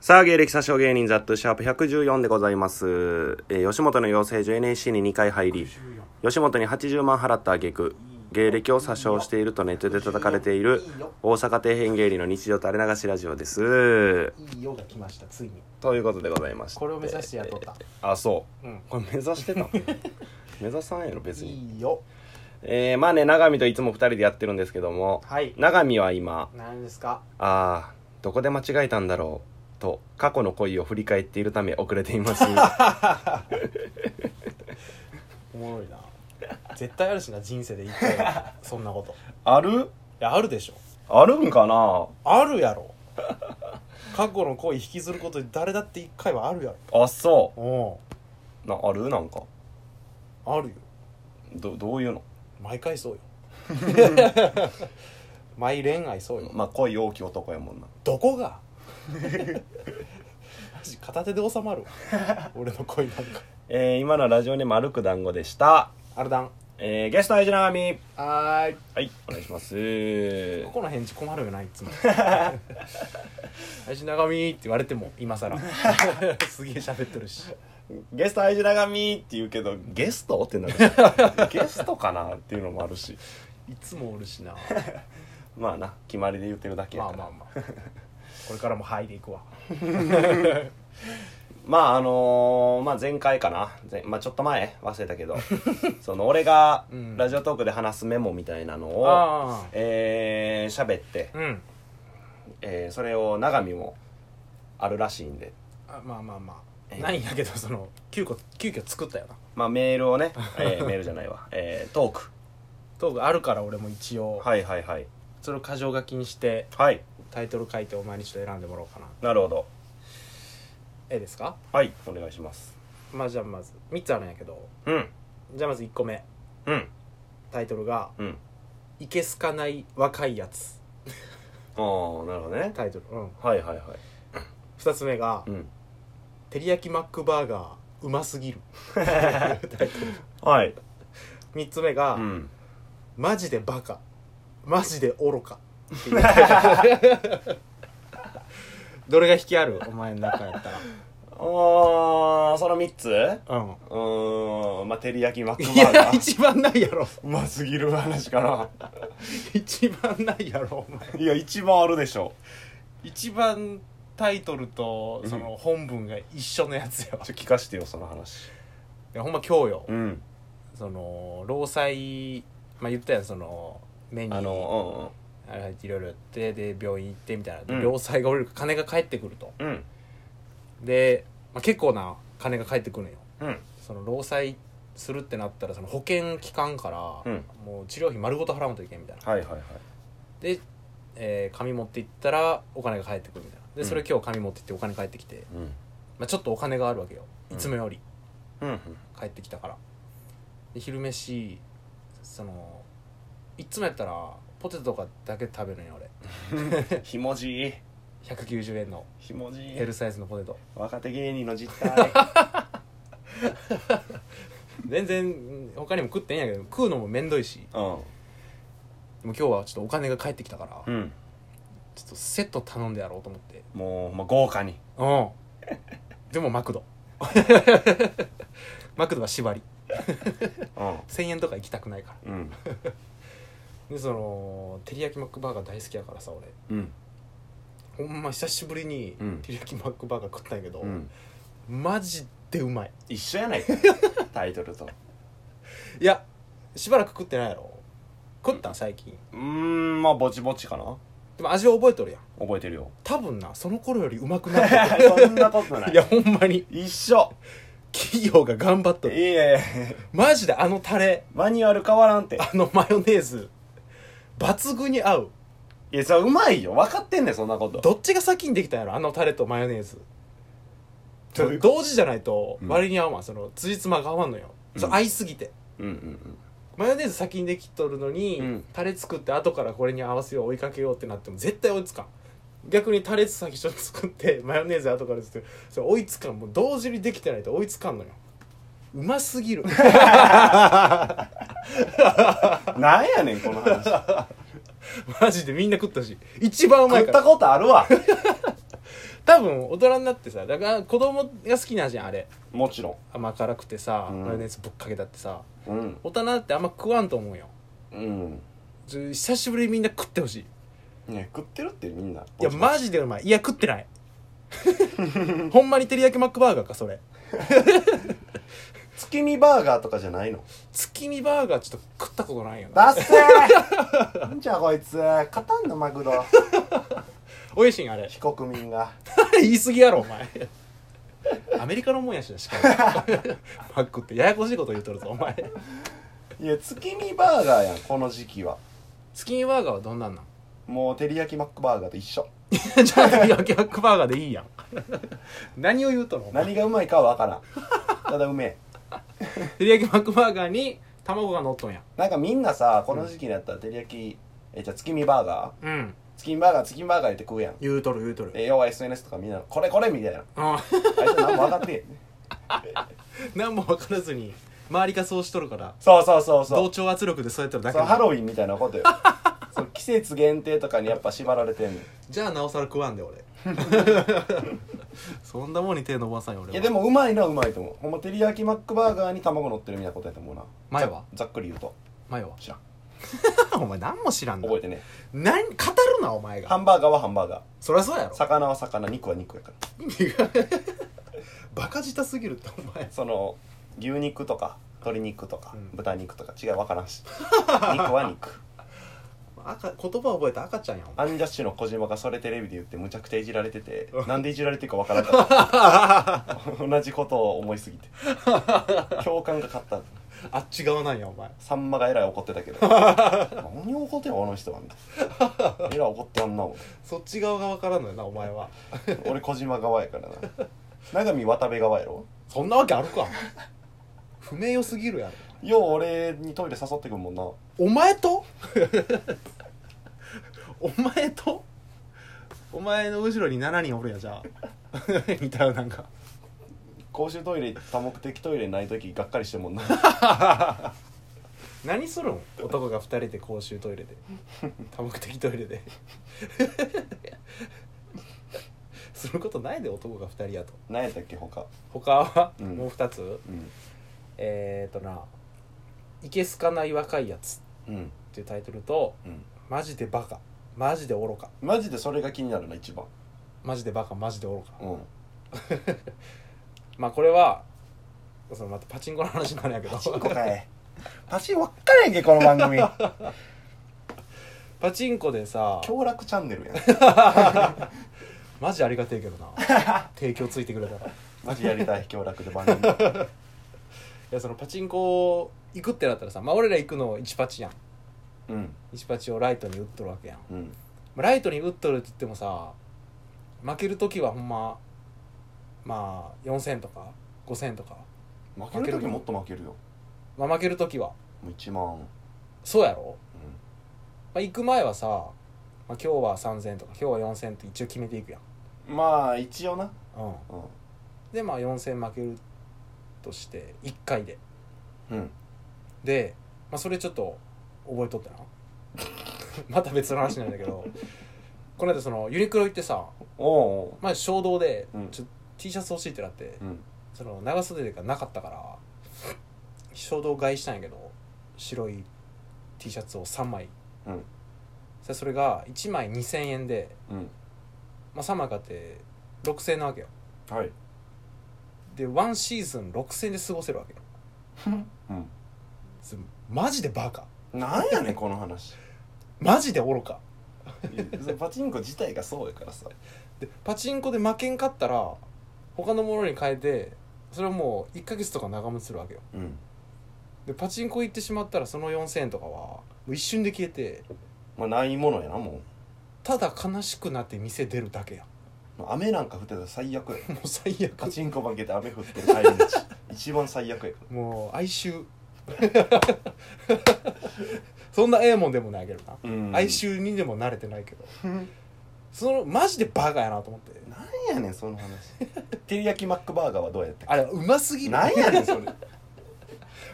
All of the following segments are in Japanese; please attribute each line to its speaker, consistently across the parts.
Speaker 1: さあ、芸歴詐称芸人ザットシャープ114でございます。えー吉本の養成所 NSC に2回入り、吉本に80万払った挙句、芸歴を詐称しているとネットで叩かれている、大阪底辺芸人の日常垂れ流しラジオです。
Speaker 2: いいよが来ましたついに
Speaker 1: ということでございまして。
Speaker 2: これを目指して雇った
Speaker 1: あ、そう。
Speaker 2: うん
Speaker 1: これ目指してたの目指さんやろ、別に。
Speaker 2: いいよ
Speaker 1: えー、まあね、長見といつも2人でやってるんですけども、
Speaker 2: はい
Speaker 1: 長見は今、
Speaker 2: 何ですか
Speaker 1: ああどこで間違えたんだろうと過去の恋を振り返っているため遅れています
Speaker 2: おも ろいな絶対あるしな人生で一回はそんなことい
Speaker 1: ある
Speaker 2: やあるでしょ
Speaker 1: あるんかな
Speaker 2: あるやろ過去の恋引きずることに誰だって一回はあるや
Speaker 1: あそ
Speaker 2: ろお
Speaker 1: うなあるなんか
Speaker 2: あるよ
Speaker 1: どどういうの
Speaker 2: 毎 回そうよ毎恋愛そうよ
Speaker 1: まあ恋大きい男やもんな
Speaker 2: ど こがマジ片手で収まるわ俺の恋なんか
Speaker 1: えー、今のラジオネーム歩く団子でした、
Speaker 2: あれだん
Speaker 1: えー、ゲストの愛知のみ
Speaker 2: はーい
Speaker 1: はいお願いします
Speaker 2: ここの返事困るよないつ も林長見って言われても今更 すげえ喋ってるし
Speaker 1: ゲスト愛知長見って言うけどゲスト ってなるしゲストかなっていうのもあるし
Speaker 2: いつもおるしな
Speaker 1: まあな決まりで言ってるだけや
Speaker 2: ま
Speaker 1: か
Speaker 2: あ
Speaker 1: ら
Speaker 2: まあまあ これからも「はい」でいくわ
Speaker 1: まああのーまあ、前回かな、前まあ、ちょっと前忘れたけ どその俺が
Speaker 2: うん
Speaker 1: ラジオトークで話すメモみたいなのを、
Speaker 2: あ
Speaker 1: えー、喋って、
Speaker 2: うん
Speaker 1: えーそれを永見もあるらしいんで、
Speaker 2: あまあまあまあ
Speaker 1: ええ
Speaker 2: ないんやけどその急遽急遽作ったよな
Speaker 1: まあ、メール をね、えーメールじゃないわ、えートーク
Speaker 2: トークあるから俺も一応
Speaker 1: はいはいはい
Speaker 2: それを箇条書きにして
Speaker 1: はい
Speaker 2: タイトル書いてお前にちょっと選んでもらおうかな
Speaker 1: なるほど
Speaker 2: ええですか
Speaker 1: はいお願いします
Speaker 2: まあじゃあまず3つあるんやけど
Speaker 1: うん
Speaker 2: じゃあまず1個目
Speaker 1: うん
Speaker 2: タイトルが
Speaker 1: うん
Speaker 2: 「いけすかない若いやつ
Speaker 1: ああなるほど」ね
Speaker 2: タイトルうん
Speaker 1: はいはいはい
Speaker 2: 2つ目が
Speaker 1: うん
Speaker 2: 「照り焼きマックバーガーうます ぎる
Speaker 1: はい」
Speaker 2: 3つ目が、
Speaker 1: うん
Speaker 2: マジでバカマジで愚か」っていう どれが引きあるお前の中やった
Speaker 1: ああその3つう
Speaker 2: らうん
Speaker 1: ーんまあ照り焼きマックバ
Speaker 2: い
Speaker 1: ーガ
Speaker 2: や
Speaker 1: ー
Speaker 2: 一番ないやろ
Speaker 1: うますぎる話かな
Speaker 2: 一番ないやろお前
Speaker 1: いや一番あるでしょ
Speaker 2: 一番タイトルと
Speaker 1: そ
Speaker 2: そ
Speaker 1: の
Speaker 2: の本文が一緒のやつよ
Speaker 1: ちょ聞かしてよその話
Speaker 2: いやほんま今日よ
Speaker 1: うん
Speaker 2: その労災まあ言ったやんその目に
Speaker 1: あの
Speaker 2: あれいろいろやってで病院行ってみたいなで
Speaker 1: うん
Speaker 2: 労災が降りる金が返ってくると
Speaker 1: うんうん
Speaker 2: で、まあ、結構な金が返ってくるのよ
Speaker 1: うん
Speaker 2: その労災するってなったらその保険機関から、
Speaker 1: うん
Speaker 2: もう治療費丸ごと払わんといけんみたいな
Speaker 1: はいはいはい
Speaker 2: で、えー紙持っていったらお金が返ってくるみたいなでそれ
Speaker 1: うん
Speaker 2: 今日紙持っていってお金返ってきて、
Speaker 1: うん
Speaker 2: まあ、ちょっとお金があるわけよ
Speaker 1: う
Speaker 2: い
Speaker 1: ん
Speaker 2: つもより
Speaker 1: うん
Speaker 2: 返ってきたからで昼飯そのいつもやったらポテトとかだけ食べるのよ俺
Speaker 1: ひもじい
Speaker 2: 190円の
Speaker 1: ひもじい
Speaker 2: L サイズのポテト
Speaker 1: 若手芸人の実態
Speaker 2: 全然うん他にも食ってんやけど食うのもめんどいし
Speaker 1: うん
Speaker 2: でも今日はちょっとお金が返ってきたから、
Speaker 1: うん
Speaker 2: ちょっとセット頼んでやろうと思って
Speaker 1: もう、まあ、豪華に
Speaker 2: うんでもマクド マクドは縛り
Speaker 1: うん
Speaker 2: 1000円とか行きたくないから
Speaker 1: うん
Speaker 2: でその照り焼きマックバーガー大好きやからさ俺
Speaker 1: うん
Speaker 2: ほんま久しぶりに
Speaker 1: うん
Speaker 2: 照り焼きマックバーガー食ったんやけど、
Speaker 1: うん
Speaker 2: マジでうまい
Speaker 1: 一緒やない かタイトルと
Speaker 2: いやしばらく食ってないやろ食ったん最近
Speaker 1: うーんまあぼちぼちかな
Speaker 2: でも味覚えとるやん
Speaker 1: 覚えてるよ
Speaker 2: 多分なその頃よりうまくなって
Speaker 1: そんなことな
Speaker 2: る
Speaker 1: い
Speaker 2: いやほんまに
Speaker 1: 一緒
Speaker 2: 企業が頑張っと
Speaker 1: い
Speaker 2: る
Speaker 1: やいやいや
Speaker 2: マジであのタレ
Speaker 1: マニュアル変わらんて
Speaker 2: あのマヨネーズ抜群に合う
Speaker 1: いやそれうまいよ分かってんねんそんなこと
Speaker 2: どっちが先にできたんやろあのタレとマヨネーズ
Speaker 1: どういうこ
Speaker 2: 同時じゃないと
Speaker 1: うん
Speaker 2: 割に合わん、その辻褄が合わんのよ、
Speaker 1: うん
Speaker 2: そう合いすぎて
Speaker 1: うんうん
Speaker 2: マヨネーズ先にできとるのに、
Speaker 1: うん
Speaker 2: タレ作って後からこれに合わせよう追いかけようってなっても絶対追いつかん逆にタレ先に作って マヨネーズ後から作ってそれ追いつかんもう同時にできてないと追いつかんのようます ぎる
Speaker 1: うんなんやねんこの話
Speaker 2: マジでみんな食ったし一番うまい
Speaker 1: 食っ
Speaker 2: か
Speaker 1: た
Speaker 2: ら
Speaker 1: ことあるわ
Speaker 2: 多分大人になってさだから子供が好きな味やんあれ
Speaker 1: もちろ
Speaker 2: 甘辛くてさ、
Speaker 1: うん
Speaker 2: マヨネーズぶっかけたってさ
Speaker 1: んうん
Speaker 2: 大人ってあんま食わんと思うよ
Speaker 1: うん
Speaker 2: ちょ久しぶりにみんな食ってほしい
Speaker 1: ね食ってるってみんない
Speaker 2: いやマジでうまいいや食ってない ほんまに照り焼きマックバーガーかそれ
Speaker 1: 月見バーガーとかじゃないの
Speaker 2: 月見バーガーちょっと食ったことないよな
Speaker 1: だっせーなんじゃこいつ勝たんのマクド
Speaker 2: おいしいんあれ
Speaker 1: 被告民が
Speaker 2: 言い過ぎやろお 前アメリカのもんやしなしかも マックってややこしいこと言うとるぞお前
Speaker 1: いや月見バーガーやんこの時期は
Speaker 2: 月見バーガーはどんなん なん
Speaker 1: もう照り焼きマックバーガーと一緒
Speaker 2: じゃあ 照り焼きマックバーガーでいいやん 何を言うとんのお前
Speaker 1: 何がうまいかは分からんただうめえ
Speaker 2: 照り焼きマックバーガーに卵が乗っとんや
Speaker 1: なんかみんなさこの時期になったら照り焼きえじゃあ月見バーガー
Speaker 2: うん
Speaker 1: 月見バーガー月見バーガー言って食うやん
Speaker 2: 言うとる言うとる
Speaker 1: で要は SNS とかみんなこれこれみたいなあ
Speaker 2: うん
Speaker 1: いつ何も分かってへん
Speaker 2: 何も分からずに周りがそうしとるから
Speaker 1: そうそうそうそ
Speaker 2: 同
Speaker 1: う
Speaker 2: 調圧力でそうやってるだけ
Speaker 1: そうハロウィンみたいなことよそう季節限定とかにやっぱ縛られてんの
Speaker 2: じゃあなおさら食わんで 俺そんなもんに手伸ばさんよ俺はい
Speaker 1: やでもうまいのはうまいと思うほんま照り焼きマックバーガーに卵乗ってるみたいなことやと思うな
Speaker 2: 前は
Speaker 1: ざざっくり言うと
Speaker 2: マヨは
Speaker 1: 知らん
Speaker 2: お前何も知らんな
Speaker 1: 覚えてね
Speaker 2: 何語るなお前
Speaker 1: ハ
Speaker 2: が
Speaker 1: ンバーガーはハンバーガ
Speaker 2: そりゃそうや
Speaker 1: ー
Speaker 2: ろ
Speaker 1: 魚は魚肉は肉やから
Speaker 2: バカ舌すぎるってお前
Speaker 1: その牛肉とか鶏肉とか、
Speaker 2: うん
Speaker 1: 豚肉とか違い分からん し肉は肉
Speaker 2: 赤言葉覚えた赤ちゃんやん
Speaker 1: アンジャッシュの小島がそれテレビで言ってむちゃくちゃいじられててなんでいじられてるか分からなかった 同じことを思いすぎて共感が勝った
Speaker 2: あっち側なんやお前
Speaker 1: さんまがえらい怒ってたけど 何を怒ってんのあの人はみたいなえらい怒ってあんなも
Speaker 2: そっち側が分からんのよなお前は
Speaker 1: 俺小島側やからな永見渡部側やろ
Speaker 2: そんなわけあるか 不名誉すぎるやろ
Speaker 1: よう俺にトイレ誘ってくるもんな
Speaker 2: お前と お前とお前の後ろに7人おるやじゃあ みたいななんか
Speaker 1: 公衆トイレ多目的トイレない時がっかりしてるもんな
Speaker 2: 何するん男が2人で公衆トイレで多目的トイレで することないで男が2人やと
Speaker 1: 何やったっけ他
Speaker 2: 他は、
Speaker 1: うん
Speaker 2: もう2つ
Speaker 1: うん
Speaker 2: えー、とな「いけすかない若いやつ」
Speaker 1: うん
Speaker 2: っていうタイトルと
Speaker 1: うん
Speaker 2: 「マジでバカ」「マジで愚か」
Speaker 1: マジでそれが気になるな一番
Speaker 2: 「マジでバカ」「マジで愚か」
Speaker 1: うん
Speaker 2: まあこれはそのまたパチンコの話になるんやけど
Speaker 1: パチンコか いパチン分からへんけこの番 組
Speaker 2: パチンコでさ
Speaker 1: 強楽チャンネルやん
Speaker 2: マジありがてえけどな提供ついてくれたらい
Speaker 1: マジやり たい強楽で番組
Speaker 2: やそのパチンコ行くってなったらさまあ俺ら行くの1パチやん
Speaker 1: うん
Speaker 2: 1パチをライトに打っとるわけやんま
Speaker 1: うん
Speaker 2: あライトに打っとるって言ってもさ負ける時はほんままあ4000とか5000とか、
Speaker 1: 負ける時もっと負けるよ
Speaker 2: まあ、負ける時は
Speaker 1: もう1万
Speaker 2: そうやろ、まあ、行く前はさ、まあ、今日は3000とか今日は4000って一応決めていくやん
Speaker 1: うんまあ一応な
Speaker 2: うん
Speaker 1: う
Speaker 2: でまあ4000負けるとして1回で
Speaker 1: んうん
Speaker 2: で、まあ、それちょっと覚えとってな また別の話なんだけどこの間そのユニクロ行ってさ
Speaker 1: おうお
Speaker 2: 前衝動で
Speaker 1: うん
Speaker 2: ちょ、T シャツ欲しいってなって
Speaker 1: ううん
Speaker 2: その長袖がなかったから衝動買いしたんやけど白い T シャツを3枚、
Speaker 1: うん
Speaker 2: そそれが1枚2000円で、
Speaker 1: うん
Speaker 2: まあ、3枚買って6000円なわけよ
Speaker 1: はい
Speaker 2: でワンシーズン6000円で過ごせるわけよ
Speaker 1: うん
Speaker 2: そマジでバカ
Speaker 1: なんやねんこの話
Speaker 2: マジで愚か
Speaker 1: いやそれパチンコ自体がそうやからさ
Speaker 2: でパチンコで負けんかったら他のものに変えてそれはもう1ヶ月とか長持ちするわけよ
Speaker 1: うん
Speaker 2: でパチンコ行ってしまったらその4000円とかはもう一瞬で消えて
Speaker 1: まあないものやなも
Speaker 2: ただ悲しくなって店出るだけや
Speaker 1: うまあ雨なんか降ってたら最悪や
Speaker 2: もう最
Speaker 1: パ
Speaker 2: 悪
Speaker 1: チンコ負けて雨降ってる帰り道 一番最 悪やか
Speaker 2: もう哀愁 そんなええもんでもないけどな、
Speaker 1: らうん
Speaker 2: 哀愁にでも慣れてないけど
Speaker 1: うん
Speaker 2: そのマジでバカやなと思って
Speaker 1: なんやねんその話 照り焼きマックバーガーはどうやって
Speaker 2: あれうますぎる
Speaker 1: なんやねんそれ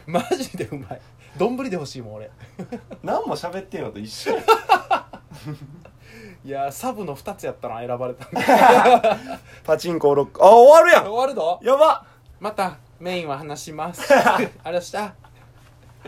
Speaker 2: マジでうまい丼で欲しいもん俺
Speaker 1: 何も喋ってんのと一緒や
Speaker 2: いやーサブの2つやったな選ばれたんで
Speaker 1: パチンコロックあ終わるやん
Speaker 2: 終わるぞ
Speaker 1: やばっ
Speaker 2: またメインは話しますありがとうございました